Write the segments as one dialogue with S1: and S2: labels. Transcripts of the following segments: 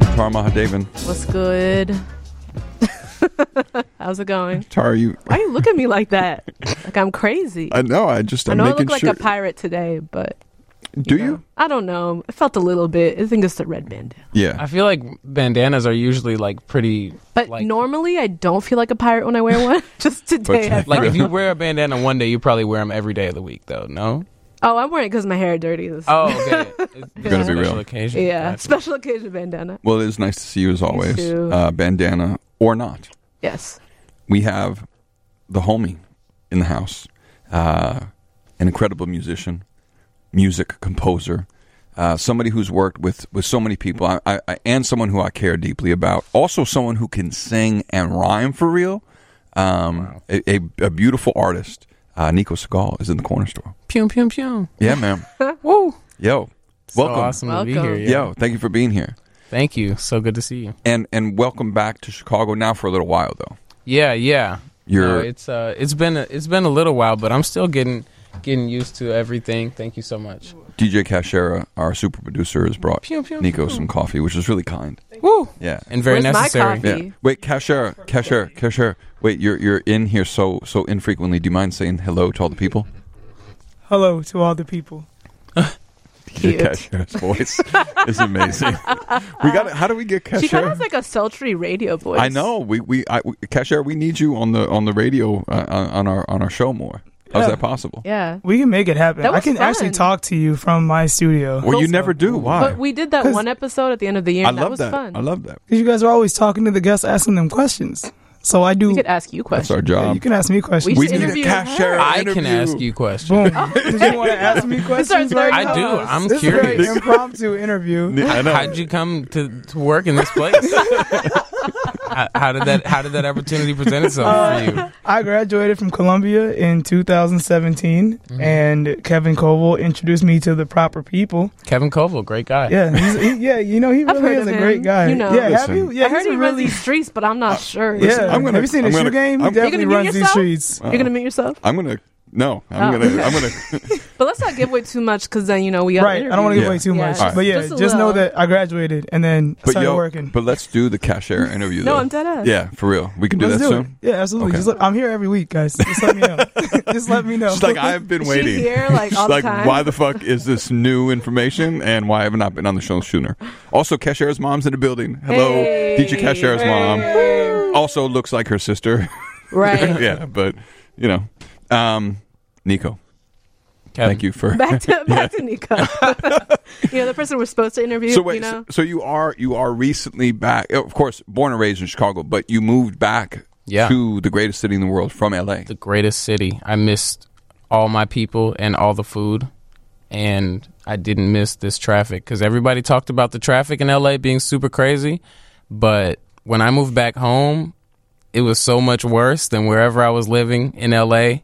S1: Tara Mahadevan.
S2: What's good? How's it going?
S1: Tara, you.
S2: Why you look at me like that? Like I'm crazy.
S1: I know. I just.
S2: I
S1: I'm
S2: know I
S1: making
S2: look like
S1: sure.
S2: a pirate today, but
S1: Do
S2: know,
S1: you?
S2: I don't know. I felt a little bit. I think it's the red bandana.
S1: Yeah.
S3: I feel like bandanas are usually like pretty.
S2: But
S3: Like-
S2: normally I don't feel like a pirate when I wear one. Just today. I,
S1: today-
S3: Like if you wear a bandana one day, you probably wear them every day of the week, though. No.
S2: oh, I'm wearing it because my hair dirty. This
S3: Oh, okay. It's,
S2: Gotta be
S3: special
S1: real.
S3: Occasion.
S2: yeah.
S3: Gotcha.
S2: Special occasion bandana.
S1: Well, it is nice to see you as always.
S2: too.
S1: Uh, bandana or not,
S2: Yes.
S1: we have the homie in the house, uh, an incredible musician, music composer, uh, somebody who's worked with with so many people, I, I, I, and someone who I care deeply about. Also, someone who can sing and rhyme for real. Um, a, a, a beautiful artist. Uh, Nico Segal is in the corner store.
S3: Pew pew pew.
S1: Yeah, man.
S3: Woo.
S1: Yo,
S3: So
S1: welcome.
S3: awesome to be
S2: Welcome.
S3: here. Yeah.
S1: Yo, thank you for being here.
S3: Thank you. So good to see you.
S1: and and welcome back to Chicago now for a little while though.
S3: Yeah, yeah.
S1: You're-
S3: No, it's uh, it's been a, it's been a little while, but I'm still getting getting used to everything. Thank you so much.
S1: DJ Cashera, our super producer, has brought
S3: Pew, pew,
S1: Nico
S3: pew.
S1: some coffee, which is really kind.
S3: Woo.
S1: Yeah.
S3: And very
S2: Where's my
S3: necessary.
S2: coffee?
S1: yeah. Wait, Cashera, Cashera, Cashera. Wait, you're you're in here so so infrequently. Do you mind saying hello to all the people?
S4: Hello to all the people.
S1: DJ
S2: Cute.
S1: Cashera's voice is amazing. we got. How do we get
S2: She kind of has
S1: Cashera?
S2: like a sultry radio voice.
S1: I know. We we I, we- Cashera, we need you on the on the radio uh, on on our on our show more. How's
S4: Yeah.
S1: that possible?
S2: Yeah.
S4: We can make it happen.
S2: That
S4: I
S2: was
S4: can actually
S2: fun.
S4: talk to you from my studio.
S1: Well, you never do. Why?
S2: But we did that
S4: 'Cause-
S2: one episode at the end of the year.
S1: I
S2: and that
S1: love
S2: was
S1: that.
S2: fun.
S1: I love that.
S4: Because you guys are always talking to the guests, asking them questions. So I do.
S2: we could ask you
S1: That's our
S2: questions.
S1: job.
S4: Yeah, you can ask me questions.
S2: We
S1: we
S2: should
S1: need a
S2: interview her.
S1: Cashera.
S3: I
S1: interview.
S3: can ask you questions.
S4: Boom.
S2: Oh.
S4: Did you want to ask me questions?
S2: third
S4: right
S3: I
S4: now?
S3: do.
S2: Yes.
S3: I'm
S4: This is
S3: curious.
S4: an impromptu interview.
S1: I know.
S3: How'd you come to, to work in this place? how, how did that How did that opportunity present itself for you?
S4: I graduated from Columbia in 2017, and Kevin Koval introduced me to the proper people.
S3: Kevin Koval, great guy.
S4: Yeah, he's, he, yeah, you know he
S2: I've
S4: really
S2: heard
S4: is
S2: of
S4: a
S2: him.
S4: great guy.
S2: You know.
S4: yeah, have
S1: Listen.
S4: you? Yeah,
S2: I heard
S4: he's
S2: he
S4: a
S2: runs
S4: really.
S2: these streets, but I'm not sure.
S4: Yeah,
S1: Uh, I'm gonna-
S4: have you seen
S1: I'm
S4: his shoe
S1: gonna-
S4: game? He
S1: I'm-
S2: You're gonna
S4: definitely
S2: mute
S4: runs these
S2: yourself?
S4: streets.
S2: You're gonna mute yourself,
S1: I'm gonna no. I'm
S2: Oh.
S1: gonna. I'm gonna.
S2: but let's not give away too much because then you know we got
S4: right. I don't want to give
S1: Yeah.
S4: away too
S2: Yeah,
S4: much,
S2: just-
S4: but yeah,
S2: just a
S4: just, know
S2: little.
S4: that I graduated and then I
S1: But
S4: started
S1: yo,
S4: working.
S1: but let's do the cashier interview.
S2: No,
S1: though.
S2: I'm dead ass.
S1: Yeah, for real. We can do
S4: Let's
S1: that
S4: do
S1: soon.
S4: it. Yeah, absolutely.
S1: Okay.
S4: Just let, I'm here every week, guys. Just let me know. just let me know.
S1: She's like, I've been
S2: Is she
S1: waiting.
S2: here, like,
S1: She's
S2: all the
S1: like,
S2: time?
S1: why the fuck is this new information, and why have I not been on the show sooner? Also, Cashier's mom's in the building. Hello,
S2: Hey.
S1: DJ Cashier's
S2: Hey.
S1: mom. Also looks like her sister.
S2: right?
S1: yeah, but you know, um, Nico,
S3: Kevin.
S1: thank you for.
S2: Back to back to Nico. you know the person we're supposed to interview.
S1: So wait,
S2: you know,
S1: so, so you are you are recently back? Of course, born and raised in Chicago, but you moved back
S3: Yeah.
S1: to the greatest city in the world from L.A.
S3: the greatest city. I missed all my people and all the food, and I didn't miss this traffic because everybody talked about the traffic in LA being super crazy. But when I moved back home, it was so much worse than wherever I was living in LA,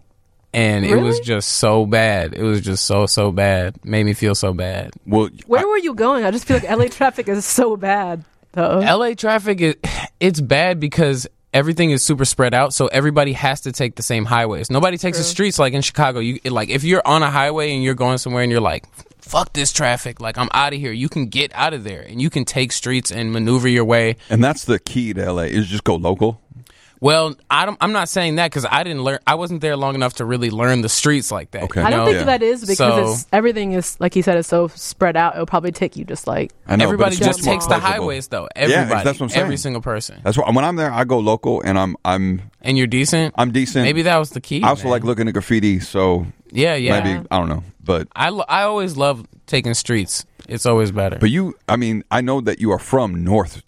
S3: and it was
S2: Really?
S3: just so bad. It was just so so bad. Made me feel so bad.
S1: Well,
S2: where were you going? I just feel like LA traffic is so bad. Though.
S3: LA traffic is it's bad because everything is super spread out, so everybody has to take the same highways. Nobody takes the streets like in Chicago. You like if you're on a highway and you're going somewhere and you're like fuck this traffic like i'm out of here you can get out of there and you can take streets and maneuver your way
S1: and that's the key to LA is just go local.
S3: well i don't i'm not saying that because i didn't learn i wasn't there long enough to really learn the streets like that
S1: Okay.
S3: you
S2: I don't
S3: know?
S2: think
S1: Yeah.
S2: that is because
S3: So-
S2: it's, everything is like he said is so spread out. It'll probably take you just like
S1: I know but
S3: everybody
S1: it's much
S3: just
S1: more
S3: takes the
S1: pleasurable.
S3: highways though
S1: Yeah,
S3: everybody
S1: that's what I'm saying.
S3: every single person
S1: That's why when I'm there, I go local, and I'm I'm
S3: and you're decent
S1: I'm decent.
S3: maybe that was the key
S1: I also
S3: man.
S1: like looking at graffiti, so
S3: yeah yeah
S1: maybe I don't know, but
S3: I, lo- I always love taking streets. It's always better.
S1: but you, I mean, I know that you are from North,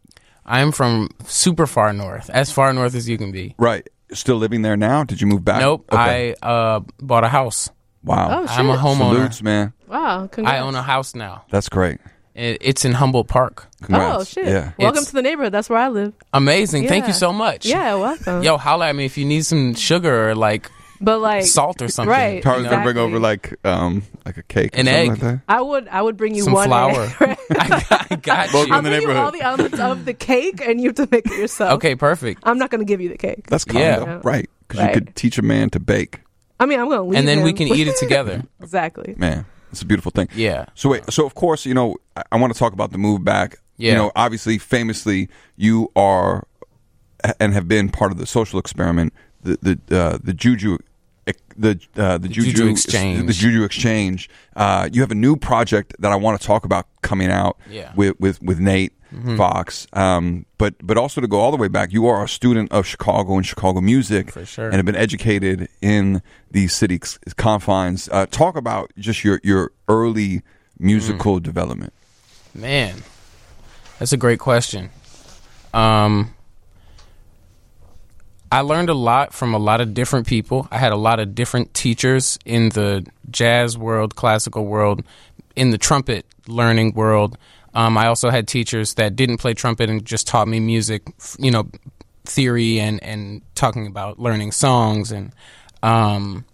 S3: I'm from super far north, as far north as you can be.
S1: right? Still living there now? Did you move back?
S3: Nope,
S1: Okay.
S3: I uh, bought a house.
S1: wow.
S2: Oh, shit.
S3: I'm a homeowner.
S1: Salutes, man.
S2: wow. Congrats.
S3: I own a house now.
S1: That's great.
S3: It, it's in Humboldt Park.
S1: Congrats.
S2: Oh shit!
S1: Yeah.
S2: Welcome
S3: It's-
S2: to the neighborhood. That's where I live.
S3: Amazing. Thank
S2: Yeah.
S3: you so much.
S2: Yeah, welcome.
S3: Yo, holla at me if you need some sugar or like
S2: but like
S3: salt or something.
S2: right.
S1: Tara's gonna bring
S2: Exactly.
S1: over like um like a cake, or
S3: An
S1: something
S3: egg.
S1: like that.
S2: I would I would bring you
S3: Some
S2: one
S3: flour.
S2: egg, right?
S3: I got, I got
S1: Both
S3: you.
S1: in the
S2: I'll bring you all the elements of the cake, and you have to make it yourself.
S3: Okay, perfect.
S2: I'm not going to give you the cake.
S1: That's kind
S3: Yeah.
S1: of right because you
S2: Right.
S1: could teach a man to bake.
S2: I mean, I'm going to leave.
S3: And then we
S2: him.
S3: can eat it together.
S2: exactly.
S1: Man, it's a beautiful thing.
S3: Yeah.
S1: So wait, so of course you know I, I want to talk about the move back.
S3: Yeah.
S1: You know, obviously, famously, you are and have been part of the social experiment, the the uh, the juju. The uh, the juju,
S3: Juju Exchange.
S1: the juju exchange. Uh, you have a new project that I want to talk about coming out
S3: Yeah. Mm-hmm.
S1: with with with Nate Fox. Um, but but also to go all the way back, you are a student of Chicago and Chicago music,
S3: For sure.
S1: and have been educated in the city's confines. Uh, talk about just your your early
S3: Mm.
S1: musical development.
S3: Man, that's a great question. Um, I learned a lot from a lot of different people. I had a lot of different teachers in the jazz world, classical world, in the trumpet learning world. Um, I also had teachers that didn't play trumpet and just taught me music, f- you know, theory and, and talking about learning songs and um,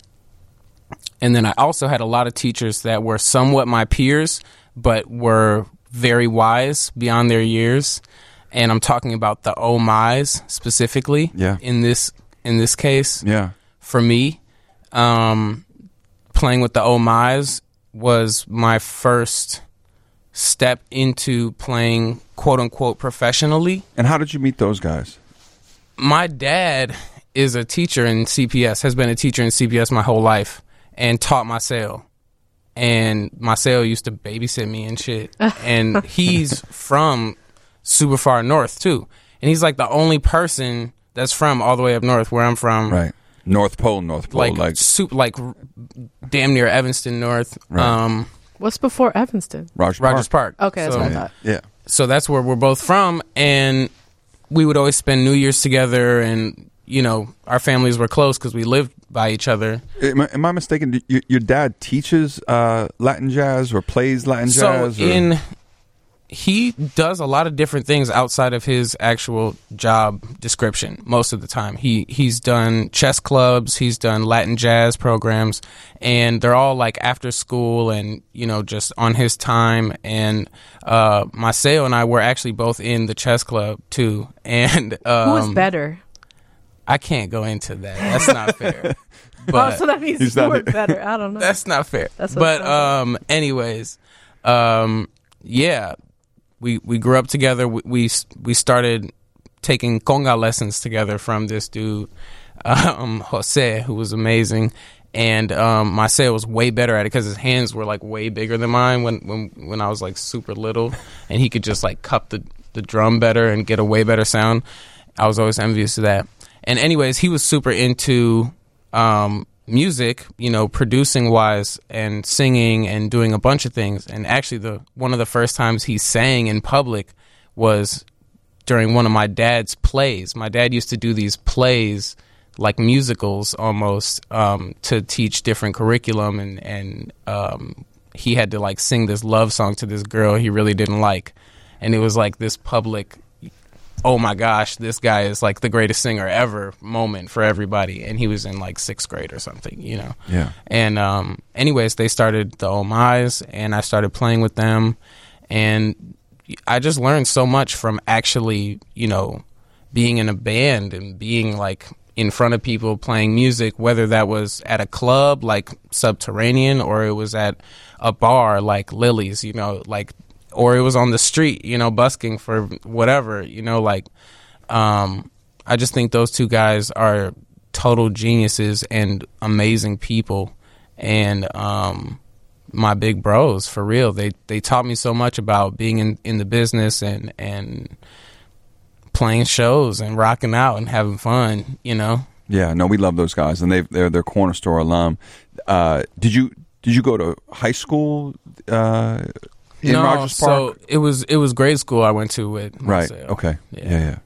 S3: and then I also had a lot of teachers that were somewhat my peers, but were very wise beyond their years. And I'm talking about the oh my's specifically.
S1: Yeah.
S3: In this in this case,
S1: Yeah,
S3: for me, um, playing with the oh my's was my first step into playing quote unquote professionally
S1: and how did you meet those guys?
S3: my dad is a teacher in CPS, has been a teacher in CPS my whole life, and taught Marcel. And Marcel used to babysit me and shit. And he's from super far north too. And he's like the only person that's from all the way up north where I'm from.
S1: Right, North Pole, North Pole,
S3: Mm. Like,
S1: like,
S3: soup, like r- damn near Evanston North,
S1: Right.
S3: um,
S2: What's before Evanston?
S1: Rogers,
S3: Rogers
S1: Park.
S3: Park.
S2: Okay, that's
S3: So-
S2: what I thought.
S1: Yeah,
S3: so that's where we're both from and we would always spend new year's together and you know our families were close because we lived by each other
S1: Am I, am I mistaken? Do Your, your dad teaches uh, Latin jazz or plays Latin jazz?
S3: so
S1: or-
S3: in he does a lot of different things outside of his actual job description most of the time he he's done chess clubs he's done latin jazz programs and they're all like after school and you know just on his time and uh Maceo and I were actually both in the chess club too and um,
S2: Who was better?
S3: I can't go into that. That's not fair. But
S2: oh, so that means
S1: He's
S2: you
S1: not
S2: were
S1: it.
S2: better. I don't know.
S3: that's not fair.
S2: That's what
S3: but
S2: it sounds
S3: um, anyways, um, yeah, we we grew up together. We we, s- we started taking conga lessons together from this dude, um, Jose, who was amazing. And um, Marcel was way better at it because his hands were like way bigger than mine when, when when I was like super little, and he could just like cup the the drum better and get a way better sound. I was always envious of that. And anyways, he was super into um, music, you know, producing wise and singing and doing a bunch of things. And actually, the one of the first times he sang in public was during one of my dad's plays. My dad used to do these plays like musicals almost um, to teach different curriculum and and um, he had to like sing this love song to this girl he really didn't like and it was like this public oh my gosh, this guy is like the greatest singer ever moment for everybody. And he was in like sixth grade or something, you know.
S1: Yeah.
S3: And um, anyways, they started the Oh My's, and I started playing with them, and I just learned so much from actually, you know, being in a band and being like in front of people playing music, whether that was at a club like Subterranean or it was at a bar like Lily's, you know, like or it was on the street, you know, busking for whatever, you know, like um, I just think those two guys are total geniuses and amazing people, and um, my big bros for real. They they taught me so much about being in, in the business and and playing shows and rocking out and having fun. You know,
S1: yeah, no, we love those guys, and they they're their corner store alum. Uh, did you did you go to high school uh, in
S3: No,
S1: Rogers Park?
S3: So it was it was grade school I went to with
S1: right.
S3: Marcel.
S1: Okay.
S3: Yeah.
S1: Yeah. yeah.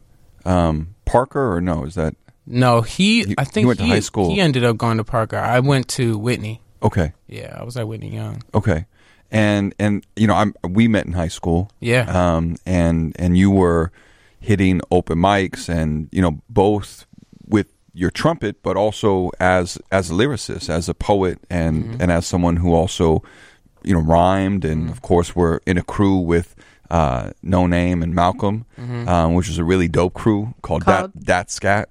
S1: Um, Parker or no? Is that
S3: No, he,
S1: You-
S3: I
S1: you
S3: think
S1: went to
S3: he-
S1: high school.
S3: He ended up going to Parker. I went to Whitney.
S1: okay?
S3: Yeah, I was at Whitney Young.
S1: Okay. And and you know, I'm we met in high school.
S3: Yeah.
S1: um, and and you were hitting open mics, and you know both with your trumpet, but also as as a lyricist, as a poet, and
S3: Mm-hmm.
S1: and as someone who also you know rhymed, and of course were in a crew with uh,
S3: Mm-hmm.
S1: No Name and Malcolm, um, which was a really dope crew called Dat
S2: Called?
S1: Dat Scat.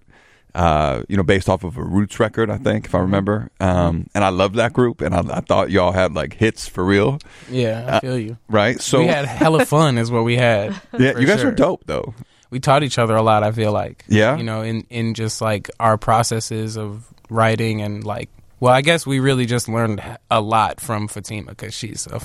S1: uh, you know, based off of a Roots record, I think, if
S3: Mm-hmm.
S1: I remember. Um, and I loved that group, and I, I thought y'all had like hits for real, uh,
S3: Yeah, I feel you.
S1: right? So
S3: we had hella fun, is what we had.
S1: yeah,
S3: for
S1: you guys
S3: sure.
S1: are dope though.
S3: We taught each other a lot. I feel like.
S1: Yeah?
S3: You know, in in just like our processes of writing and like, well, I guess we really just learned a lot from Fatima because she's a,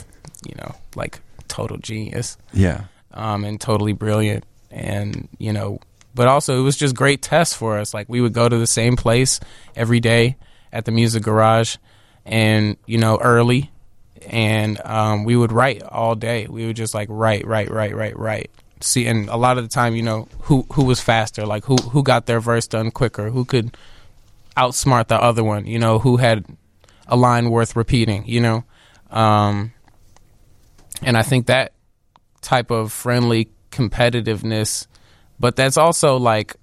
S3: you know, like total genius.
S1: Yeah,
S3: um, and totally brilliant. And you know, but also it was just great tests for us. Like we would go to the same place every day at the music garage, and you know, early, and um, we would write all day. We would just like write, write, write, write, write. See, and a lot of the time, you know, who who was faster? Like who who got their verse done quicker? Who could outsmart the other one? You know, who had a line worth repeating? You know, um, and I think that type of friendly competitiveness but that's also like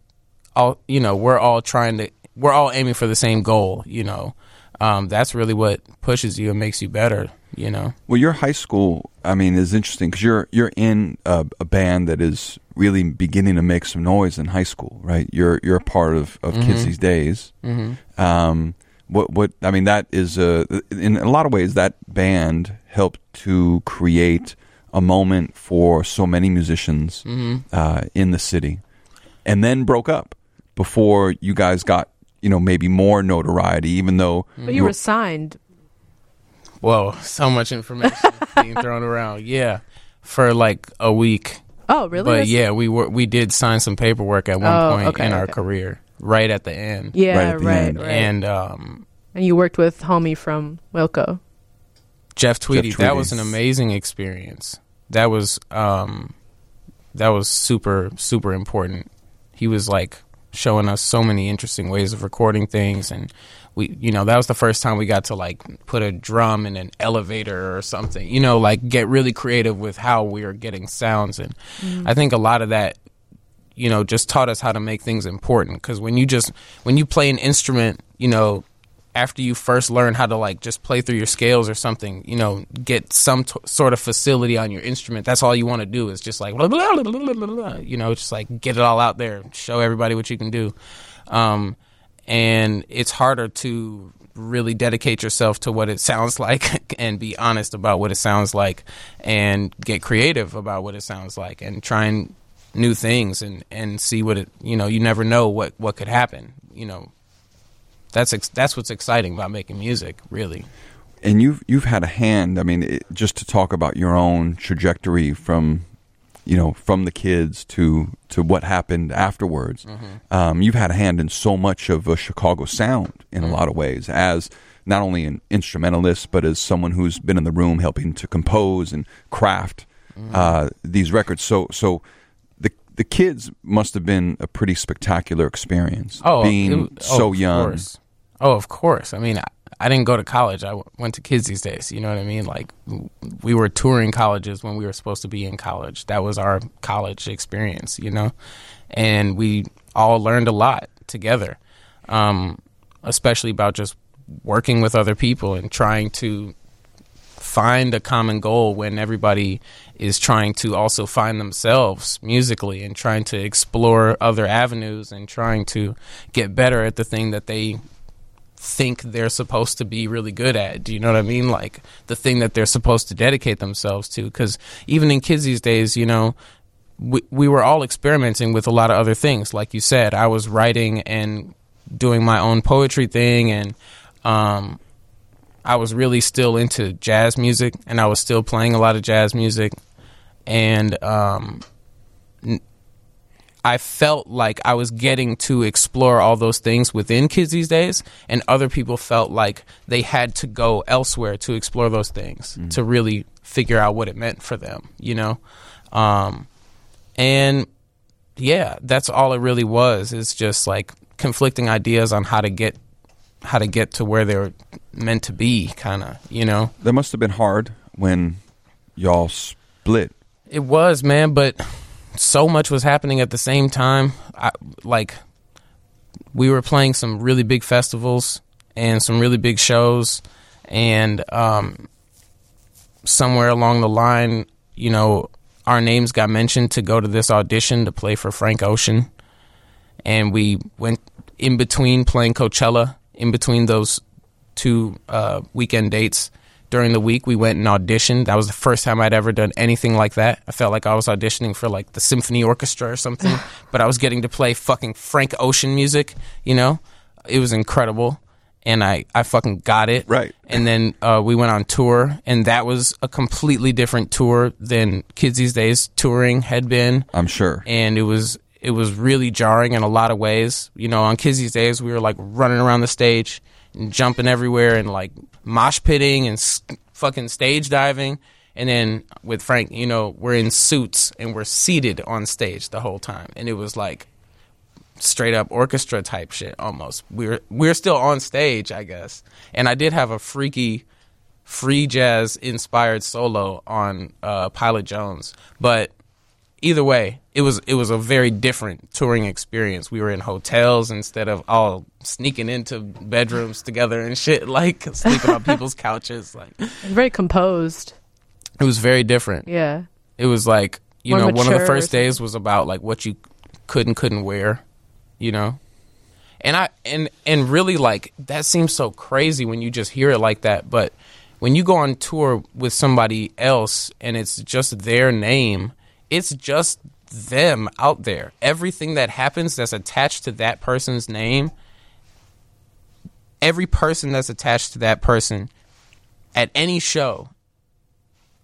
S3: all you know we're all trying to we're all aiming for the same goal you know um, that's really what pushes you and makes you better you know
S1: Well, your high school, I mean, is interesting because you're you're in a, a band that is really beginning to make some noise in high school, right? You're you're a part of, of kids these days. Mm-hmm. Um, what what I mean that is a in a lot of ways that band helped to create a moment for so many musicians
S2: Mm-hmm.
S1: uh, in the city, and then broke up before you guys got you know maybe more notoriety, even though
S2: But you were signed.
S3: whoa so much information being thrown around yeah for like a week
S2: Oh, really?
S3: but
S2: That's-
S3: yeah we were we did sign some paperwork at one
S2: Oh,
S3: point
S2: okay,
S3: in our
S2: okay.
S3: career right at the end
S1: Right
S2: Yeah,
S1: at
S2: right,
S1: the
S2: right,
S1: end.
S3: and um
S2: And you worked with homie from Wilco.
S3: Jeff Tweedy.
S1: Tweedy.
S3: That was an amazing experience. That was um, that was super super important. He was like showing us so many interesting ways of recording things, and we you know that was the first time we got to like put a drum in an elevator or something. You know, like get really creative with how we are getting sounds, and I think a lot of that you know just taught us how to make things important because when you just when you play an instrument you know after you first learn how to like just play through your scales or something you know get some t- sort of facility on your instrument that's all you want to do is just like blah, blah, blah, blah, blah, blah, you know just like get it all out there show everybody what you can do um, and it's harder to really dedicate yourself to what it sounds like and be honest about what it sounds like and get creative about what it sounds like and try and new things and and see what it you know you never know what what could happen you know that's ex- that's what's exciting about making music really
S1: and you've you've had a hand. I mean, it, just to talk about your own trajectory from, you know, from the kids to to what happened afterwards.
S3: Mm-hmm.
S1: Um, you've had a hand in so much of a Chicago sound in
S3: Mm-hmm.
S1: a lot of ways, as not only an instrumentalist but as someone who's been in the room helping to compose and craft
S3: Mm-hmm.
S1: uh, these records. So so. The, the kids must have been a pretty spectacular experience. being
S3: Oh, it-
S1: so
S3: of
S1: young,
S3: course. Oh, of course. I mean, I, I didn't go to college. I w- went to kids these days. You know what I mean? Like, w- we were touring colleges when we were supposed to be in college. That was our college experience, you know? And we all learned a lot together, um, especially about just working with other people and trying to find a common goal when everybody is trying to also find themselves musically and trying to explore other avenues and trying to get better at the thing that they think they're supposed to be really good at. Do you know what I mean? Like the thing that they're supposed to dedicate themselves to. Because even in kids these days, you know, we, we were all experimenting with a lot of other things. Like you said, I was writing and doing my own poetry thing and, um, I was really still into jazz music and I was still playing a lot of jazz music and um n- I felt like I was getting to explore all those things within kids these days and other people felt like they had to go elsewhere to explore those things to really figure out what it meant for them, you know. Um and yeah, that's all it really was. It's just like conflicting ideas on how to get how to get to where they're meant to be, kind of, you know.
S1: That must have been hard when y'all split.
S3: It was, man, but so much was happening at the same time. I, like, we were playing some really big festivals and some really big shows, and um, somewhere along the line, you know, our names got mentioned to go to this audition to play for Frank Ocean, and we went in between playing Coachella, in between those two uh, weekend dates during the week, we went and auditioned. That was the first time I'd ever done anything like that. I felt like I was auditioning for like the symphony orchestra or something, but I was getting to play fucking Frank Ocean music, you know? It was incredible. And I, I fucking got it.
S1: Right.
S3: And then uh, we went on tour, and that was a completely different tour than kids these days touring had been
S1: I'm sure.
S3: and it was it was really jarring in a lot of ways. You know, on Kizzy's days, we were like running around the stage and jumping everywhere and like mosh pitting and s- fucking stage diving. And then with Frank, you know, we're in suits and we're seated on stage the whole time, and it was like straight up orchestra type shit almost. We're we're still on stage, I guess. And I did have a freaky free jazz inspired solo on uh, Pilot Jones, but either way, it was it was a very different touring experience. We were in hotels instead of all sneaking into bedrooms together and shit, like sleeping on people's couches. Like
S2: Very composed.
S3: it was very different.
S2: Yeah.
S3: It was like you
S2: More
S3: know, one of
S2: mature
S3: the
S2: or
S3: first days was about like what you could and couldn't wear, you know. And I and and really like that seems so crazy when you just hear it like that, but when you go on tour with somebody else and it's just their name, it's just them out there. Everything that happens that's attached to that person's name, every person that's attached to that person at any show,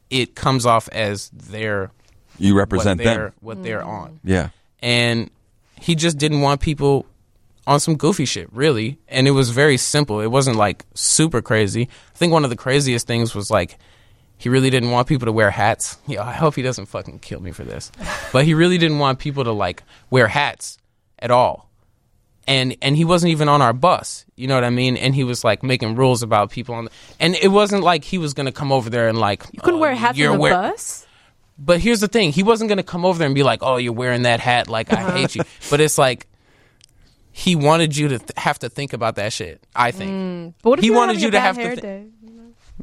S3: it comes off as their
S1: You represent
S3: what they're
S1: them.
S3: what they're
S2: Mm.
S3: on.
S1: Yeah.
S3: And he just didn't want people on some goofy shit, really. And it was very simple. It wasn't like super crazy. I think one of the craziest things was like he really didn't want people to wear hats. Yeah, I hope he doesn't fucking kill me for this. But he really didn't want people to like wear hats at all and and he wasn't even on our bus you know what i mean and he was like making rules about people on the, and it wasn't like he was gonna come over there and like
S2: You couldn't
S3: oh,
S2: wear a hat
S3: you're
S2: on the
S3: wear-
S2: bus?
S3: but here's the thing he wasn't gonna come over there and be like oh you're wearing that hat like
S2: Uh-huh.
S3: i hate you but it's like he wanted you to th- have to think about that shit i think
S2: But what if
S3: He
S2: you were
S3: wanted
S2: having
S3: you
S2: a
S3: to
S2: bad
S3: have to
S2: hair
S3: thi-
S2: day?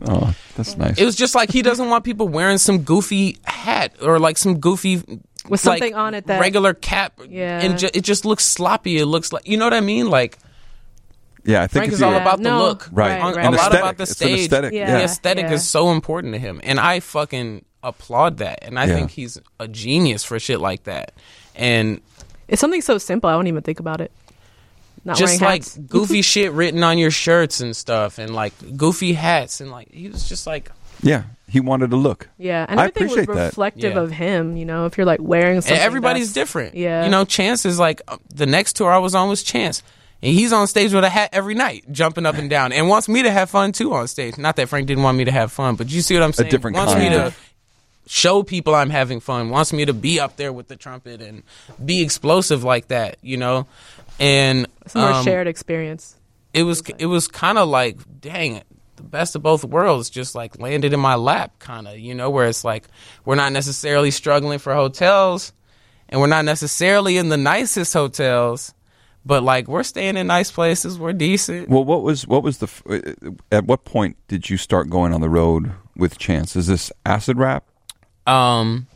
S1: Oh, that's nice.
S3: it was just like he doesn't want people wearing some goofy hat or like some goofy
S2: With
S3: like,
S2: something on it that-
S3: regular cap
S2: Yeah.
S3: and ju- it just looks sloppy it looks like you know what i mean like
S1: yeah, I think
S3: Frank
S1: if
S3: is all
S1: you're-
S3: about
S2: No,
S3: the look
S1: right.
S2: Right, right,
S3: A- a
S1: An
S2: right.
S3: lot
S1: aesthetic.
S3: about the
S1: It's an
S3: stage
S1: aesthetic,
S2: Yeah.
S3: the aesthetic
S2: yeah.
S3: is so important to him and i fucking applaud that and i
S1: Yeah.
S3: think he's a genius for shit like that and
S2: It's something so simple. I don't even think about it. Not
S3: just
S2: wearing
S3: like
S2: hats.
S3: goofy shit written on your shirts and stuff and like goofy hats and like he was just like
S1: Yeah, he wanted to look.
S2: Yeah, and
S1: I
S2: everything was
S1: appreciate that.
S2: reflective
S3: Yeah.
S2: of him. You know, if you're like wearing something,
S3: and everybody's
S2: that's-
S3: different
S2: Yeah,
S3: you know chance is like uh, the next tour i was on was chance and he's on stage with a hat every night, jumping up and down, and wants me to have fun too on stage. Not that Frank didn't want me to have fun, but you see what I'm saying?
S1: different
S3: wants
S1: kind
S3: me to
S1: of-
S3: show people I'm having fun, wants me to be up there with the trumpet and be explosive like that, you know? And
S2: it's a more
S3: um,
S2: shared experience.
S3: it was it was kind of like dang it the best of both worlds just like landed in my lap kind of you know where it's like we're not necessarily struggling for hotels and we're not necessarily in the nicest hotels but like we're staying in nice places we're decent
S1: Well, what was what was the f- uh, at what point did you start going on the road with Chance? Is this acid rap?
S3: um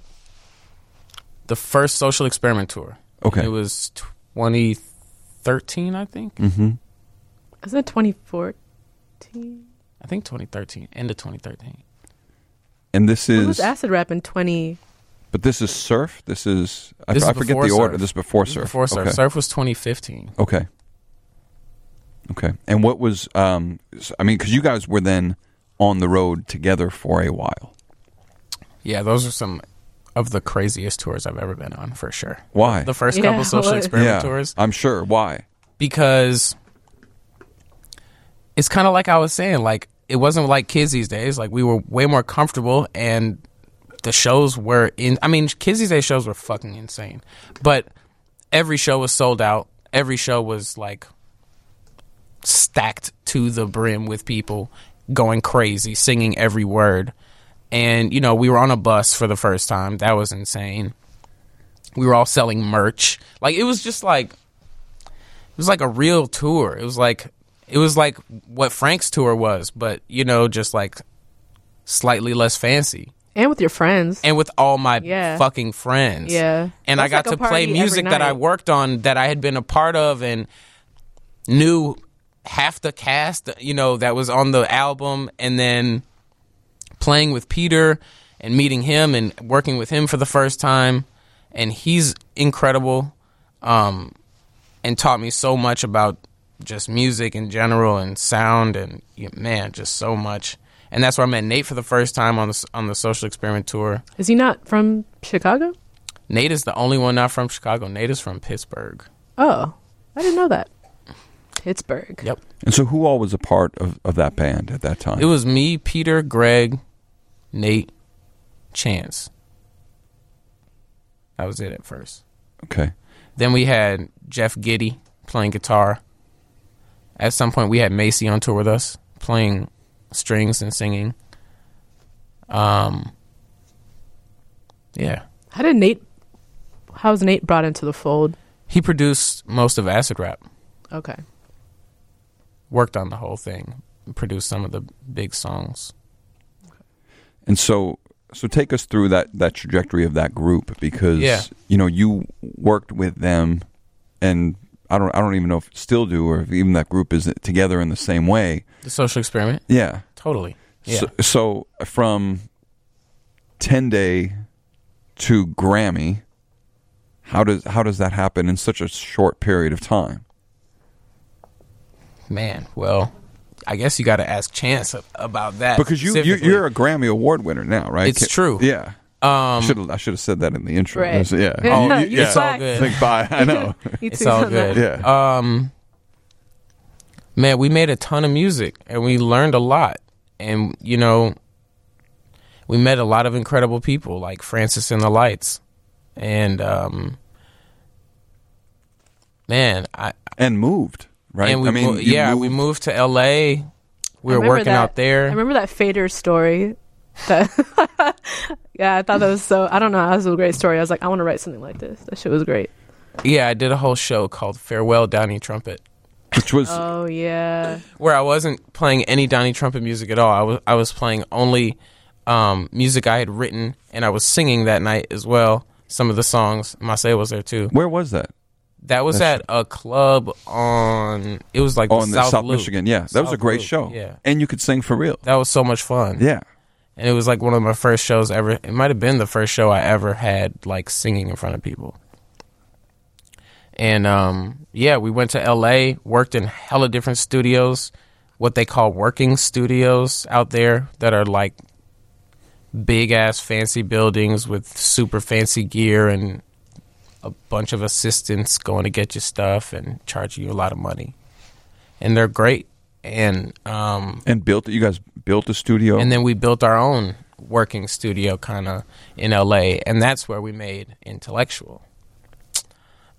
S3: the first social experiment tour
S1: Okay.
S3: it was 2013 i think
S1: Mm-hmm.
S2: Isn't it 2014?
S3: i think 2013 end of 2013
S1: And this
S2: It was
S1: is
S2: acid rap in 20.
S1: but this is surf. This is I,
S3: This
S1: I
S3: is
S1: forget
S3: before
S1: the order.
S3: Surf.
S1: This is before
S3: This is
S1: surf.
S3: before surf
S1: Okay.
S3: surf was 2015
S1: Okay. Okay. And what was um s- I mean cuz you guys were then on the road together for a while.
S3: Yeah, those are some of the craziest tours I've ever been on for sure.
S1: Why?
S3: The first
S2: Yeah,
S3: couple social
S2: what?
S3: experiment
S1: yeah.
S3: tours
S1: I'm sure. Why?
S3: because it's kind of like I was saying, like it wasn't like kids these days. Like we were way more comfortable, and the shows were in. I mean, kids these days shows were fucking insane, but every show was sold out. Every show was like stacked to the brim with people going crazy, singing every word. And you know, we were on a bus for the first time. That was insane. We were all selling merch. Like it was just like it was like a real tour. It was like it was like what Frank's tour was, but you know, just like slightly less fancy.
S2: And with your friends.
S3: And with all my
S2: Yeah.
S3: fucking friends.
S2: Yeah.
S3: And I
S2: That's like
S3: got
S2: a
S3: to play
S2: party every
S3: music that I
S2: night.
S3: worked on that I had been a part of and knew half the cast, you know, that was on the album, and then playing with Peter and meeting him and working with him for the first time, and he's incredible, um, and taught me so much about just music in general and sound and yeah, man, just so much. And that's where I met Nate for the first time on the s- on the Social Experiment tour.
S2: Is he not from Chicago?
S3: Nate is the only one not from Chicago. Nate is from Pittsburgh.
S2: Oh, I didn't know that. Pittsburgh.
S3: Yep.
S1: And so, who all was a part of, of that band at that time?
S3: It was me, Peter, Greg, Nate, Chance. That was it at first.
S1: okay.
S3: Then we had Jeff Giddy playing guitar. At some point, we had Macy on tour with us playing strings and singing. Um, yeah,
S2: How did Nate? How was Nate brought into the fold?
S3: he produced most of Acid Rap,
S2: Okay.
S3: worked on the whole thing, produced some of the big songs.
S1: And so, so take us through that that trajectory of that group because
S3: Yeah.
S1: you know you worked with them, and I don't I don't even know if still do or if even that group is together in the same way.
S3: The Social Experiment,
S1: Yeah.
S3: totally. Yeah,
S1: So, so from ten day to Grammy, how does how does that happen in such a short period of time?
S3: man. Well, I guess you got to ask Chance a- about that
S1: Because you, you
S3: Uh, specifically.
S1: you're a Grammy award winner now, right?
S3: It's true.
S1: Yeah.
S3: um, Oh,
S1: I should have I should have said that in the intro.
S2: Right.
S1: Yeah.
S2: Yeah,
S1: you-
S2: you
S1: yeah.
S3: it's all
S2: Bye.
S3: good.
S1: Think bye. I know.
S2: You
S3: It's
S2: two
S3: all
S2: on that.
S3: good.
S1: Yeah.
S3: Um, man, we made a ton of music and we learned a lot. And, you know, we met a lot of incredible people like Francis and the Lights. And, um, man, I,
S1: and moved. Right.
S3: and we,
S1: I mean,
S3: mo-
S1: you
S3: yeah,
S1: moved,
S3: we moved to LA. We
S2: I
S3: were
S2: remember
S3: working
S2: that.
S3: out
S2: I
S3: there.
S2: remember that fader story. That yeah, I thought that was so. I don't know. That was a great story. I was like, I want to write something like this. That shit was great.
S3: Yeah, I did a whole show called Farewell Donnie Trumpet.
S1: which was
S2: Oh yeah.
S3: where I wasn't playing any Donnie trumpet music at all. I was I was playing only um, music I had written, and I was singing that night as well. Some of the songs, Marseille was there too.
S1: where was that?
S3: That was
S1: That's-
S3: at a club on. It was like
S1: On
S3: the
S1: the South,
S3: Loop.
S1: Michigan. Yeah, that was a
S3: South
S1: great
S3: Loop,
S1: show.
S3: yeah.
S1: and you could sing for real.
S3: That was so much fun.
S1: Yeah.
S3: and it was like one of my first shows ever. It might have been the first show I ever had like singing in front of people. And um, yeah, we went to L.A. worked in hella different studios, what they call working studios out there that are like big ass fancy buildings with super fancy gear and a bunch of assistants going to get your stuff and charging you a lot of money. And they're great. And um,
S1: And built you guys built a studio.
S3: and then we built our own working studio kind of in LA and that's where we made intellectual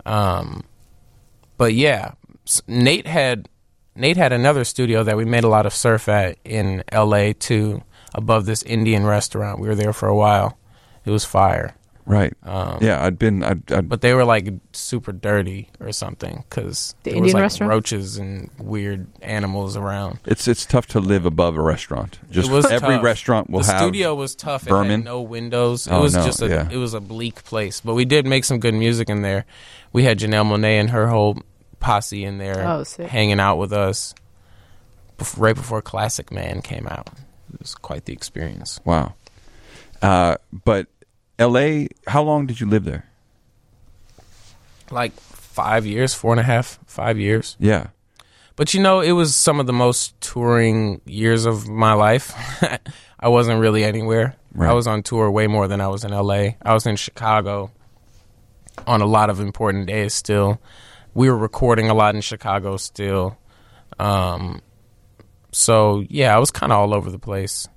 S3: um but yeah s- Nate had Nate had another studio that we made a lot of surf at in LA too above this Indian restaurant we were there for a while it was fire
S1: right.
S3: um
S1: yeah, I'd been. I'd, I'd,
S3: but they were like super dirty or something cuz
S2: The
S3: there was
S2: Indian
S3: like
S2: restaurant?
S3: roaches and weird animals around
S1: it's it's tough to live above a restaurant. Just
S3: It was
S1: every
S3: tough.
S1: restaurant will
S3: the
S1: have.
S3: studio was tough. It
S1: vermin.
S3: had no windows. It
S1: Oh,
S3: was
S1: no,
S3: just a
S1: yeah.
S3: it was a bleak place. But we did make some good music in there. We had Janelle Monet and her whole posse in there
S2: Oh, sick.
S3: hanging out with us bef- right before Classic Man came out. It was quite the experience.
S1: Wow. Uh, but L.A. How long did you live there?
S3: Like five years, four and a half, five years.
S1: Yeah.
S3: But you know, it was some of the most touring years of my life. I wasn't really anywhere.
S1: Right.
S3: I was on tour way more than I was in LA. I was in Chicago on a lot of important days still. We were recording a lot in Chicago still. Um, so, yeah, I was kind of all over the place.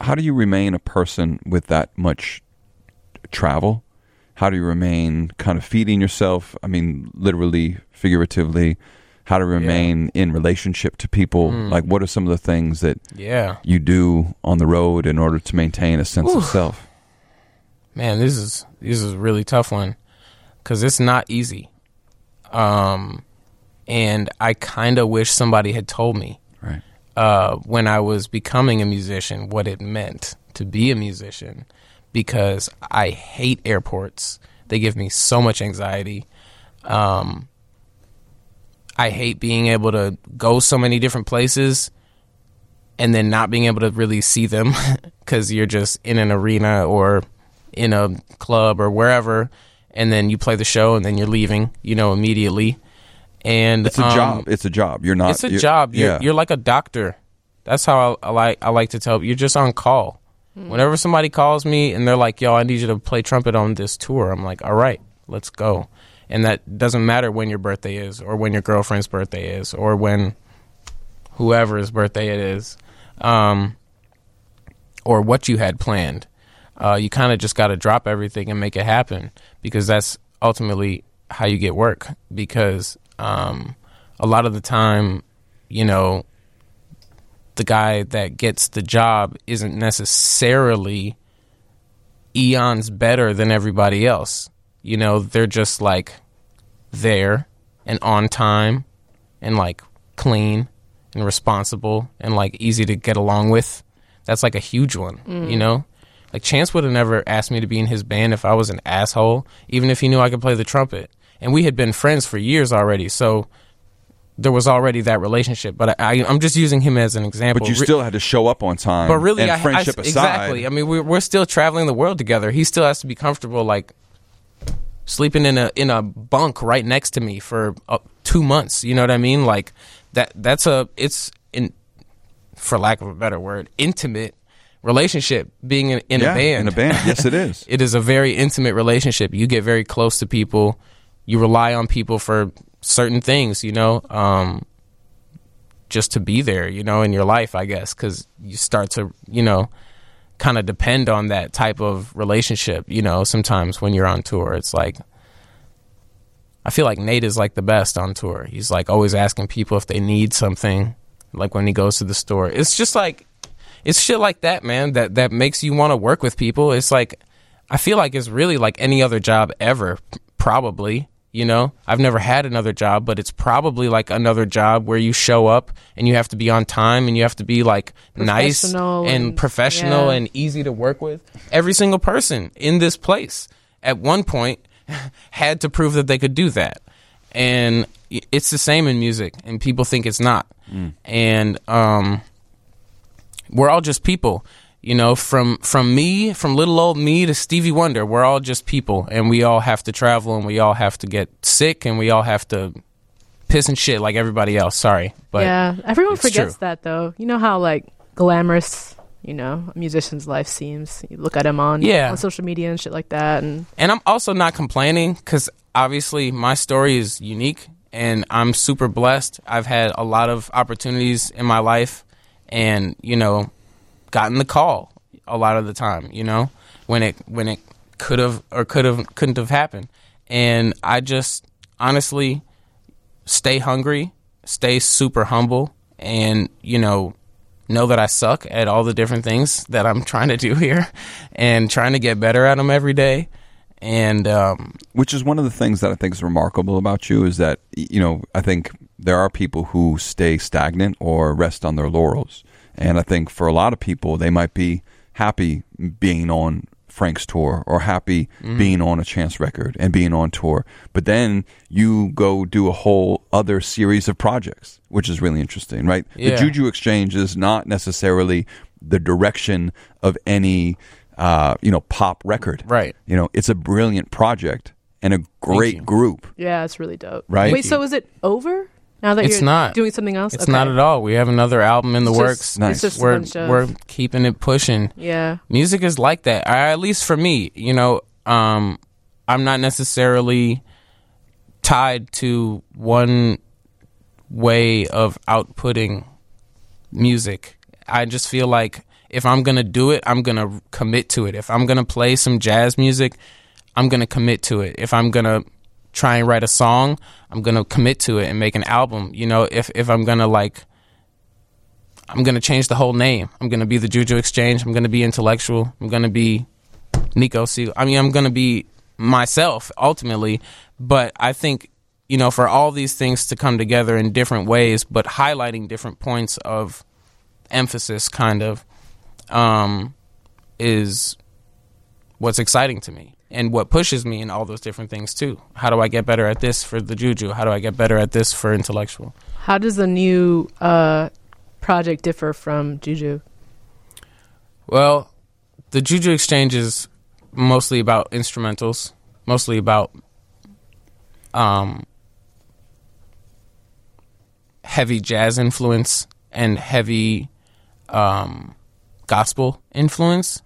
S1: how do you remain a person with that much travel? How do you remain kind of feeding yourself? I mean, literally, figuratively. How to remain in relationship to people?
S3: Hmm.
S1: Like, what are some of the things that
S3: Yeah.
S1: you do on the road in order to maintain a sense of self?
S3: man this is this is a really tough one because it's not easy um and i kind of wish somebody had told me
S1: Right.
S3: uh when i was becoming a musician what it meant to be a musician because i hate airports they give me so much anxiety um I hate being able to go so many different places and then not being able to really see them because you're just in an arena or in a club or wherever, and then you play the show and then you're leaving, you know, immediately. And
S1: It's a
S3: um,
S1: job. It's a job. You're not.
S3: It's a
S1: you're-
S3: job. You're,
S1: yeah.
S3: you're like a doctor. That's how I, I like I like to tell. You're just on call. Whenever somebody calls me and they're like, "Yo, I need you to play trumpet on this tour," I'm like, "All right, let's go." And that doesn't matter when your birthday is, or when your girlfriend's birthday is, or when whoever's birthday it is, um, or what you had planned. Uh, you kind of just got to drop everything and make it happen because that's ultimately how you get work. Because um, a lot of the time, you know, the guy that gets the job isn't necessarily eons better than everybody else. You know, they're just like there and on time and like clean and responsible and like easy to get along with. That's like a huge one, you know? Like Chance would have never asked me to be in his band if I was an asshole, even if he knew I could play the trumpet. And we had been friends for years already, so there was already that relationship. But I, I, I'm just using him as an example.
S1: But you
S3: Re-
S1: still had to show up on time.
S3: but really,
S1: and
S3: I,
S1: friendship
S3: I,
S1: aside,
S3: exactly. I mean, we're, we're still traveling the world together. He still has to be comfortable, like sleeping in a in a bunk right next to me for uh, two months. You know what I mean? Like that. That's a it's in, for lack of a better word, intimate relationship. Being in, in
S1: yeah,
S3: a band,
S1: in a band. Yes, it is.
S3: it is a very intimate relationship. You get very close to people. You rely on people for certain things, you know, um, just to be there, you know, in your life, I guess, because you start to, you know, kind of depend on that type of relationship, you know, sometimes when you're on tour. It's like, I feel like Nate is like the best on tour. He's like always asking people if they need something, like when he goes to the store. It's just like, it's shit like that, man, that, that makes you want to work with people. It's like, I feel like it's really like any other job ever, p- probably. You know, I've never had another job, but it's probably like another job where you show up and you have to be on time and you have to be like nice
S2: Professional
S3: and,
S2: and-
S3: professional
S2: yeah.
S3: and easy to work with. Every single person in this place at one point had to prove that they could do that. And y- it's the same in music, and people think it's not. And um, we're all just people you know from from me from little old me to stevie wonder we're all just people and we all have to travel and we all have to get sick and we all have to piss and shit like everybody else sorry but
S2: yeah, everyone
S3: it's
S2: forgets
S3: true.
S2: that though. You know how like glamorous, you know, a musician's life seems. You look at him on
S3: Yeah.
S2: on social media and shit like that, and
S3: and i'm also not complaining because obviously my story is unique and i'm super blessed i've had a lot of opportunities in my life and you know gotten the call a lot of the time, you know, when it when it could have or could have couldn't have happened. And I just honestly stay hungry, stay super humble and, you know, know that I suck at all the different things that I'm trying to do here and trying to get better at them every day. And um
S1: which is one of the things that I think is remarkable about you is that y- you know I think there are people who stay stagnant or rest on their laurels, and I think for a lot of people they might be happy being on Frank's tour or happy
S3: Mm-hmm.
S1: being on a Chance record and being on tour, but then you go do a whole other series of projects, which is really interesting, right? The
S3: Yeah.
S1: Juju Exchange is not necessarily the direction of any uh, you know pop record,
S3: Right.
S1: you know, it's a brilliant project and a
S3: you.
S1: great group.
S2: yeah, it's really dope.
S1: Right.
S2: Wait, so is it over now that
S3: It's
S2: you're
S3: not.
S2: doing something else?
S3: it's not at all. We have another album in the works.
S1: Nice.
S2: It's just a
S3: We're
S2: bunch of-
S3: we're keeping it pushing.
S2: yeah.
S3: music is like that or at least for me you know um i'm not necessarily tied to one way of outputting music i just feel like if i'm gonna do it i'm gonna commit to it if i'm gonna play some jazz music i'm gonna commit to it if i'm gonna try and write a song i'm gonna commit to it and make an album you know if if i'm gonna like I'm going to change the whole name. I'm going to be the Juju Exchange. I'm going to be intellectual. I'm going to be Nico Siegel. I mean, I'm going to be myself ultimately. But I think, you know, for all these things to come together in different ways, but highlighting different points of emphasis, kind of, um, is what's exciting to me and what pushes me in all those different things too. How do I get better at this for the juju? How do I get better at this for intellectual?
S2: How does the new uh, project differ from Juju?
S3: Well, the juju exchange is mostly about instrumentals, mostly about um, heavy jazz influence and heavy um, gospel influence,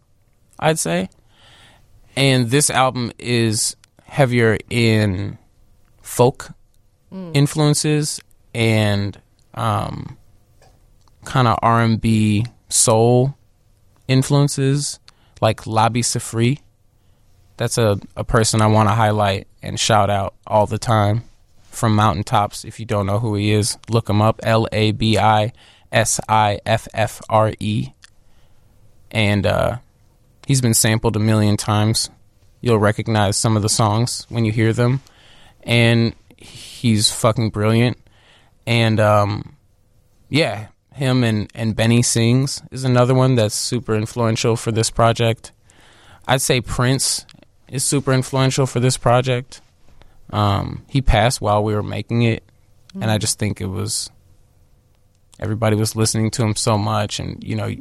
S3: I'd say. And this album is heavier in folk influences and um, kind of R and B soul influences, like Labi Safri. That's a, a person I want to highlight and shout out all the time from Mountaintops. If you don't know who he is, look him up L A B I S I F F R E. And uh, he's been sampled a million times. You'll recognize some of the songs when you hear them. And he's fucking brilliant. And um, yeah, him and, and Benny Sings is another one that's super influential for this project. I'd say Prince is super influential for this project. Um, he passed while we were making it, and I just think it was everybody was listening to him so much, and you know,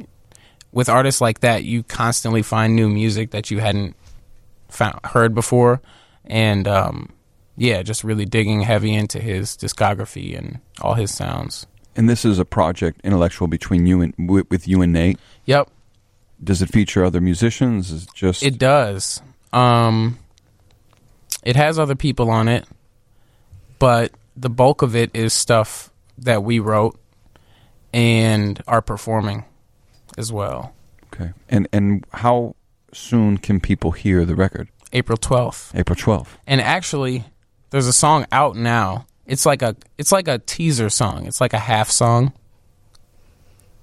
S3: with artists like that, you constantly find new music that you hadn't found, heard before, and um, yeah, just really digging heavy into his discography and all his sounds.
S1: And this is a project intellectual between you and with, with you and Nate.
S3: Yep,
S1: Does it feature other musicians? Is it just
S3: It does. Um, it has other people on it, but the bulk of it is stuff that we wrote and are performing as well.
S1: okay? And and how soon can people hear the record?
S3: April twelfth,
S1: April twelfth.
S3: and actually, there's a song out now. It's like a it's like a teaser song. It's like a half song,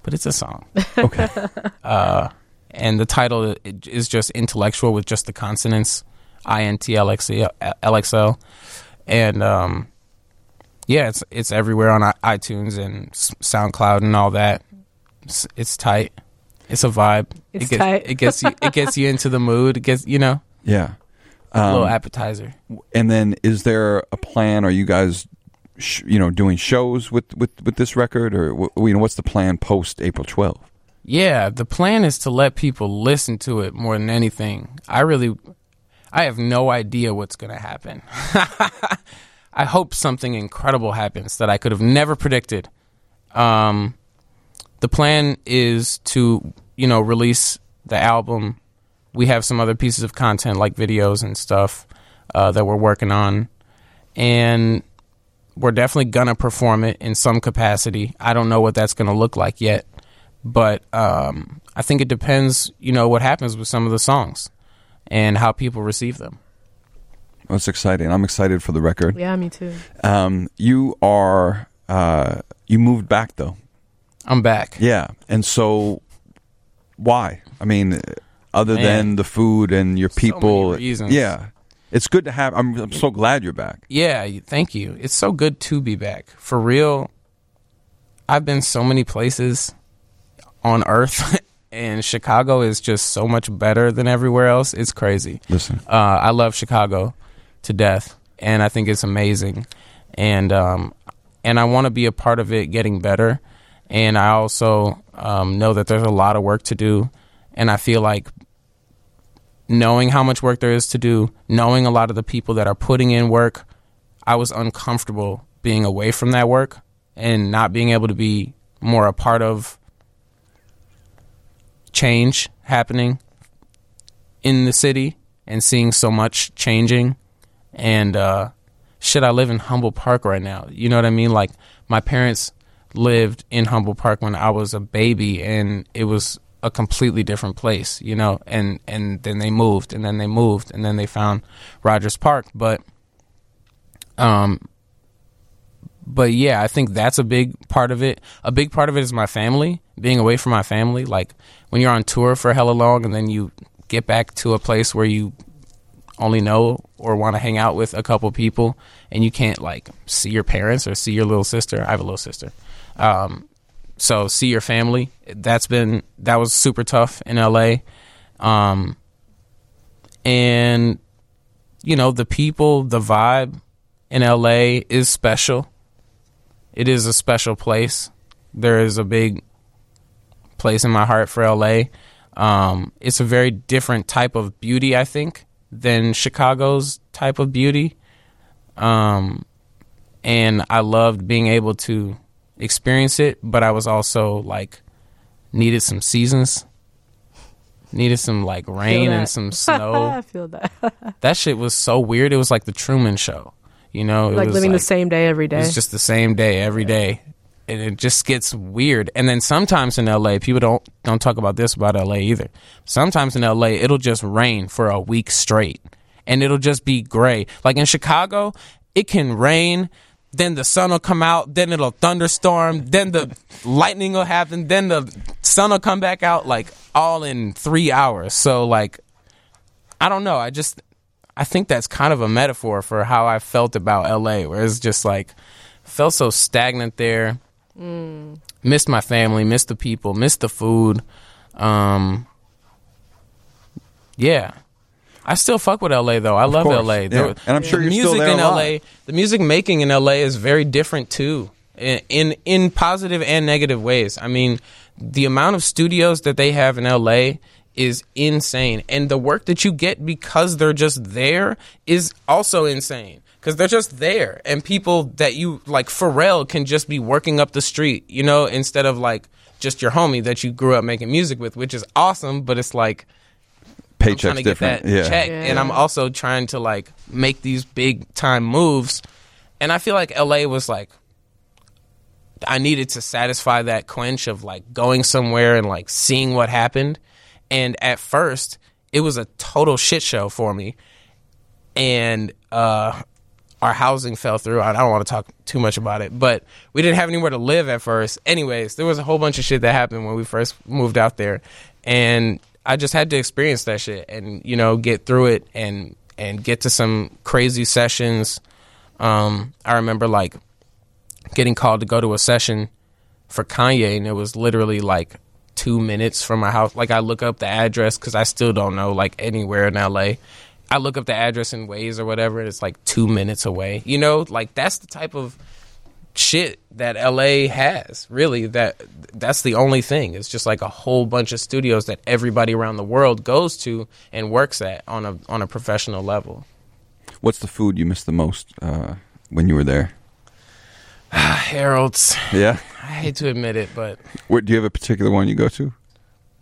S3: but it's a song.
S1: Okay.
S3: Uh, and the title i- is just intellectual with just the consonants I N T L X E L X L, and um, yeah, it's it's everywhere on i- iTunes and S- SoundCloud and all that. It's, it's tight. It's a vibe.
S2: It's
S3: it gets,
S2: tight.
S3: It gets you. It gets you into the mood. It gets you know
S1: yeah.
S3: a little
S1: Um,
S3: appetizer.
S1: and then is there a plan? Are you guys, sh- you know, doing shows with with with this record, or wh- you know, what's the plan post April twelfth?
S3: Yeah, the plan is to let people listen to it more than anything. I really, I have no idea what's going to happen. I hope something incredible happens that I could have never predicted. Um, the plan is to, you know, release the album. We have some other pieces of content like videos and stuff uh, that we're working on, and we're definitely gonna perform it in some capacity. I don't know what that's gonna look like yet, but um, I think it depends, you know, what happens with some of the songs and how people receive them.
S1: That's exciting. I'm excited for the record.
S2: Yeah, me too.
S1: Um, you are uh, you moved back though,
S3: I'm back.
S1: yeah, and so why? I mean, other
S3: Man.
S1: than the food and your
S3: So many
S1: people,
S3: reasons.
S1: yeah, it's good to have. I'm I'm so glad you're back.
S3: Yeah, y- thank you. It's so good to be back. For real, I've been so many places on earth and Chicago is just so much better than everywhere else. It's crazy.
S1: Listen,
S3: Uh, I love Chicago to death and I think it's amazing. And um and I want to be a part of it getting better. And I also um, know that there's a lot of work to do. And I feel like knowing how much work there is to do, knowing a lot of the people that are putting in work, I was uncomfortable being away from that work and not being able to be more a part of change happening in the city and seeing so much changing and uh shit I live in Humble Park right now. You know what I mean? Like my parents lived in Humble Park when I was a baby and it was a completely different place, you know, and and then they moved and then they moved and then they found Rogers Park, but um but yeah, I think that's a big part of it. A big part of it is my family, being away from my family. Like when you're on tour for hella long and then you get back to a place where you only know or want to hang out with a couple people and you can't like see your parents or see your little sister. I have a little sister. Um, so see your family. That's been, that was super tough in LA. Um, and you know the people, the vibe in LA is special. It is a special place. There is a big place in my heart for LA. Um, it's a very different type of beauty, I think, than Chicago's type of beauty. Um, and I loved being able to experience it, but I was also like needed some seasons, needed some like rain
S2: that.
S3: and some snow.
S2: I feel that.
S3: that shit was so weird. It was like the Truman Show, you know? It
S2: like
S3: was,
S2: living the same day every day.
S3: it's just the same day every day, and it just gets weird. And then sometimes in LA, people don't don't talk about this about LA either. Sometimes in LA, it'll just rain for a week straight, and it'll just be gray. Like in Chicago, it can rain. Then the sun will come out. Then it'll thunderstorm. Then the lightning will happen. Then the sun will come back out, like all in three hours. So, like, I don't know. I just I think that's kind of a metaphor for how I felt about LA, where it's just like felt so stagnant there. Missed my family, missed the people, missed the food. Um, yeah, I still fuck with LA though. I love
S1: course.
S3: LA,
S1: Yeah.
S3: though.
S1: And I'm sure
S3: the
S1: you're still
S3: music
S1: there
S3: in
S1: a lot.
S3: LA. The music making in LA is very different too, in, in in positive and negative ways. I mean, the amount of studios that they have in LA is insane, and the work that you get because they're just there is also insane. Because they're just there, and people that you like Pharrell can just be working up the street, you know, instead of like just your homie that you grew up making music with, which is awesome. But it's like I'm trying
S1: Paycheck's
S3: to get
S1: different.
S3: that
S1: yeah.
S3: check, and
S2: Yeah.
S3: I'm also trying to like make these big time moves. And I feel like LA was like, I needed to satisfy that quench of like going somewhere and like seeing what happened. And at first, it was a total shit show for me, and uh, our housing fell through. I don't want to talk too much about it, but we didn't have anywhere to live at first. Anyways, there was a whole bunch of shit that happened when we first moved out there, and I just had to experience that shit and you know get through it and and get to some crazy sessions. Um, I remember like getting called to go to a session for Kanye, and it was literally like two minutes from my house. Like I look up the address because I still don't know like anywhere in LA. I look up the address in Waze or whatever, and it's like two minutes away. You know, like that's the type of shit that LA has. Really, that that's the only thing. It's just like a whole bunch of studios that everybody around the world goes to and works at on a on a professional level.
S1: What's the food you missed the most uh, when you were there?
S3: Harold's,
S1: Yeah.
S3: I hate to admit it, but
S1: Where, do you have a particular one you go to?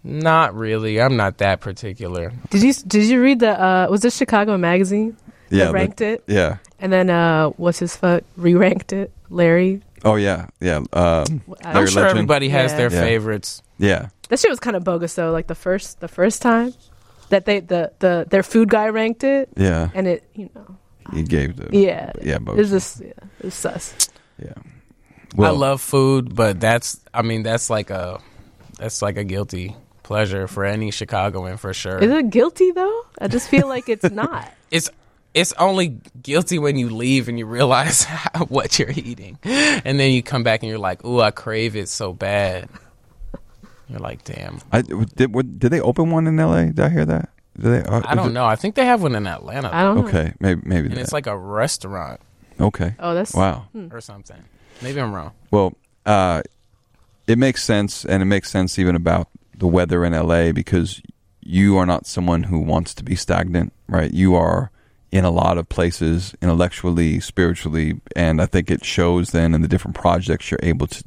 S3: Not really. I'm not that particular.
S2: did you did you read the uh was this Chicago magazine that
S1: but-
S2: ranked it?
S1: yeah.
S2: And then uh what's his fuck re-ranked it? Larry.
S1: Oh yeah. Yeah. Um,
S2: I
S1: Larry
S2: don't-
S3: I'm sure
S1: Legend?
S3: everybody has
S2: Yeah.
S3: their
S1: Yeah.
S3: favorites.
S1: yeah.
S2: That shit was kind of bogus though. Like the first the first time that they the the their food guy ranked it
S1: Yeah.
S2: and it you know
S1: He gave the
S2: yeah
S1: yeah.
S2: it
S1: Both.
S2: was just yeah, it was sus.
S1: yeah.
S3: I love food, but that's I mean that's like a that's like a guilty pleasure for any Chicagoan for sure.
S2: Is it guilty though? I just feel like it's not.
S3: It's it's only guilty when you leave and you realize what you're eating, and then you come back and you're like, "Ooh, I crave it so bad." You're like, "Damn."
S1: I, did, what, did they open one in L.A.? Did I hear that? Did they? uh,
S3: I
S1: is
S3: don't
S1: it-
S3: know. I think they have one in Atlanta,
S2: I don't know.
S1: Okay. Maybe. Maybe.
S3: and
S1: that.
S3: it's like a restaurant
S1: okay.
S2: Oh, that's
S1: Wow.
S3: or something. Maybe I'm wrong.
S1: Well, uh, it makes sense, and it makes sense even about the weather in LA because you are not someone who wants to be stagnant, right? You are in a lot of places intellectually, spiritually, and I think it shows then in the different projects you're able to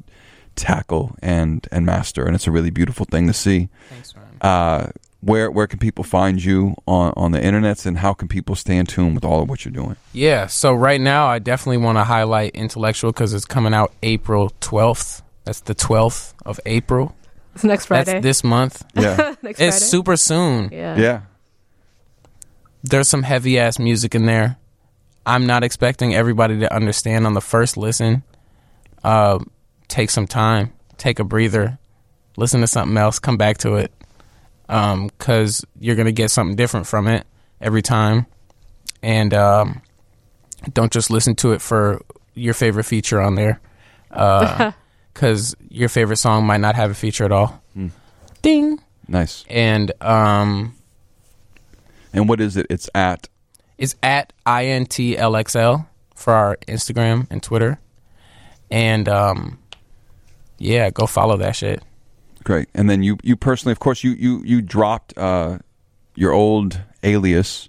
S1: tackle and and master, and it's a really beautiful thing to see.
S3: Thanks, Ryan.
S1: Uh, where where can people find you on on the internets, and how can people stay in tune with all of what you're doing?
S3: Yeah, so right now I definitely want to highlight Intellectual because it's coming out April 12th. That's the 12th of April.
S2: It's next Friday.
S3: That's this month.
S1: Yeah,
S2: next
S3: It's
S2: Friday.
S3: super soon.
S2: yeah.
S1: yeah,
S3: There's some heavy ass music in there. I'm not expecting everybody to understand on the first listen. Uh, take some time, take a breather, listen to something else, come back to it because you're going to get something different from it every time. And um, don't just listen to it for your favorite feature on there because your favorite song might not have a feature at all. Ding.
S1: nice.
S3: And um,
S1: And what is it? It's at
S3: It's at intlxl for our Instagram and Twitter, and um, yeah, go follow that shit.
S1: great. And then you you personally, of course, you you you dropped uh, your old alias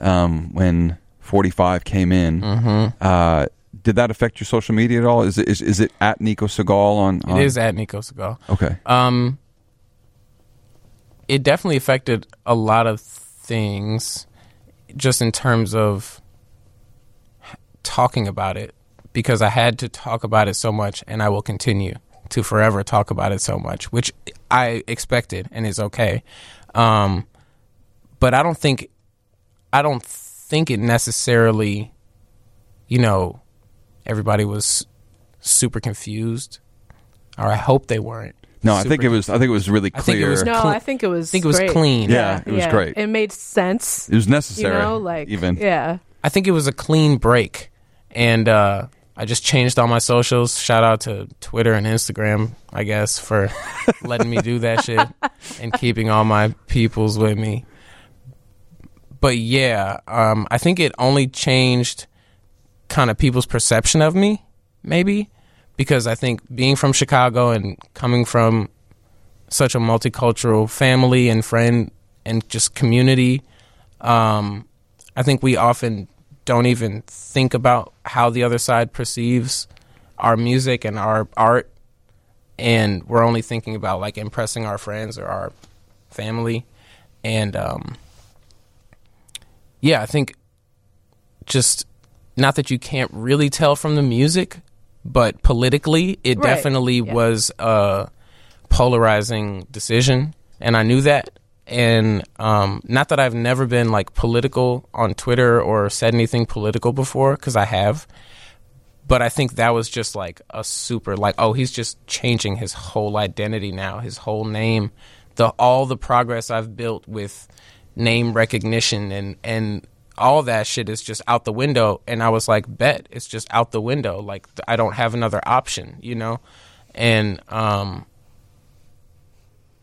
S1: um, when 45 came in.
S3: Mm-hmm.
S1: Uh, did that affect your social media at all? Is it is, is it at Nico Segal on? on
S3: It is at Nico Segal.
S1: okay.
S3: Um, it definitely affected a lot of things, just in terms of talking about it, because I had to talk about it so much, and I will continue to forever talk about it so much, which I expected and is okay. Um, but I don't think, I don't think it necessarily, you know, everybody was super confused, or I hope they weren't.
S1: No, I
S3: super
S1: think it was. I think it was really
S3: I think it
S1: clear.
S3: was-
S2: No,
S3: Clean.
S2: I think it was.
S3: I think it was
S2: great.
S3: clean.
S1: Yeah, it was great.
S2: It made sense.
S1: It was necessary.
S2: You know, like
S1: even
S2: yeah,
S3: I think it was a clean break, and uh, I just changed all my socials. Shout out to Twitter and Instagram, I guess, for letting me do that shit and keeping all my peoples with me. But yeah, um, I think it only changed kind of people's perception of me, maybe, because I think being from Chicago and coming from such a multicultural family and friend and just community, um, I think we often don't even think about how the other side perceives our music and our art, and we're only thinking about like impressing our friends or our family, and um, yeah, I think just not that you can't really tell from the music, but politically, it
S2: Right.
S3: definitely
S2: Yeah.
S3: was a polarizing decision, and I knew that. And um, not that I've never been like political on Twitter or said anything political before, because I have. But I think that was just like a super like oh he's just changing his whole identity now his whole name the all the progress I've built with name recognition and and all that shit is just out the window and I was like bet it's just out the window like th- I don't have another option you know and um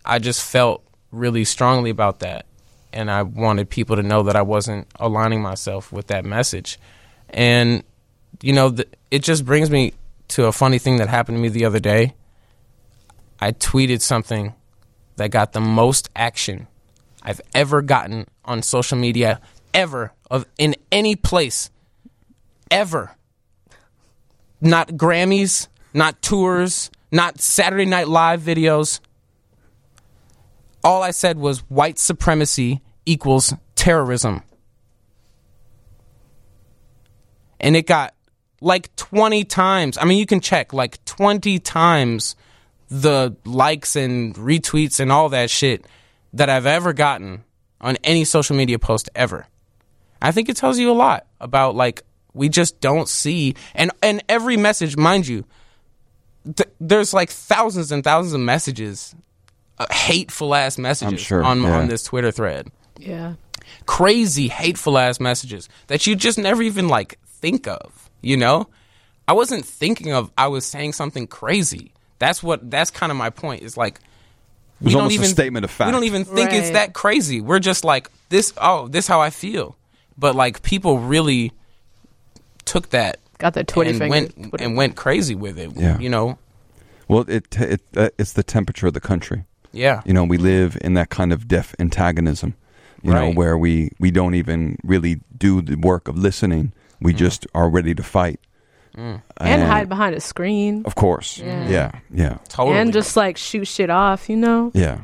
S3: I just felt really strongly about that. And I wanted people to know that I wasn't aligning myself with that message. And, you know, th- it just brings me to a funny thing that happened to me the other day. I tweeted something that got the most action I've ever gotten on social media, ever, of in any place, ever not Grammys, not tours, not Saturday Night Live videos. All I said was white supremacy equals terrorism. And it got like 20 times. I mean, you can check like 20 times the likes and retweets and all that shit that I've ever gotten on any social media post ever. I think it tells you a lot about like we just don't see and and every message, mind you, th- there's like thousands and thousands of messages, uh, hateful ass messages
S1: sure,
S3: on
S1: yeah.
S3: on this Twitter thread,
S2: yeah.
S3: crazy hateful ass messages that you just never even like think of. You know, I wasn't thinking of I was saying something crazy. That's what that's kind of my point. Is like
S1: it was almost a statement of fact.
S3: we don't even think it's
S2: Right.
S3: that crazy. We're just like this. Oh, this how I feel. But like people really took that
S2: Got the Twitter
S3: and
S2: finger.
S3: went
S2: Twitter.
S3: and went crazy with it.
S1: Yeah.
S3: you know.
S1: Well, it, it uh, it's the temperature of the country.
S3: Yeah,
S1: You know, we live in that kind of deaf antagonism. You know,
S3: Right.
S1: where we we don't even really do the work of listening. We just are ready to fight
S2: and hide behind a screen
S1: Of course.
S2: Yeah.
S1: Yeah. Yeah.
S3: totally.
S2: and just like shoot shit off. You know.
S1: Yeah.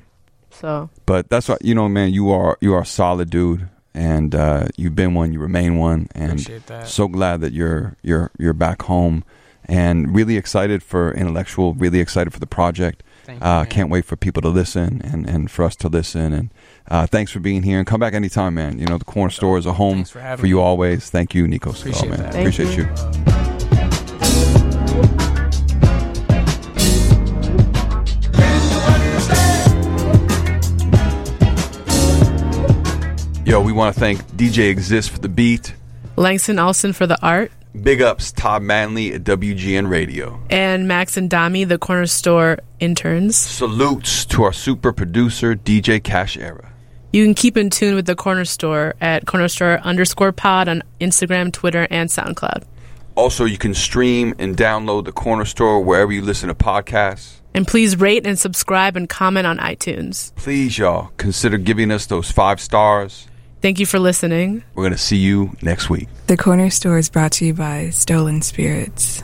S2: So
S1: But that's why you know, man. You are you are a solid dude, and uh, you've been one. You remain one, and
S3: Appreciate that.
S1: so glad that you're you're you're back home, and really excited for intellectual. Really excited for the project.
S3: Thank you,
S1: Uh,
S3: man.
S1: can't wait for people to listen and, and for us to listen. And uh, thanks for being here. And come back anytime, man. You know the corner store is a home
S3: Thanks for having
S1: you
S3: me.
S1: always. Thank you, Nico. Segal,
S3: Appreciate
S1: Oh, man.
S3: that.
S2: Thank
S1: Appreciate
S2: you.
S1: you. Yo, we want to thank DJ Exist for the beat.
S5: Langston Olsen for the art,
S1: Big ups, Todd Manley at WGN Radio.
S5: and Max and Dami, the corner store interns.
S1: Salutes to our super producer, DJ Cash Era.
S2: You can keep in tune with the corner store at corner store underscore pod on Instagram, Twitter, and SoundCloud.
S1: Also, you can stream and download the Corner Store wherever you listen to podcasts.
S2: And please rate and subscribe and comment on iTunes.
S1: Please, y'all, consider giving us those five stars.
S2: Thank you for listening.
S1: We're going to see you next week.
S6: The Corner Store is brought to you by Stolen Spirits.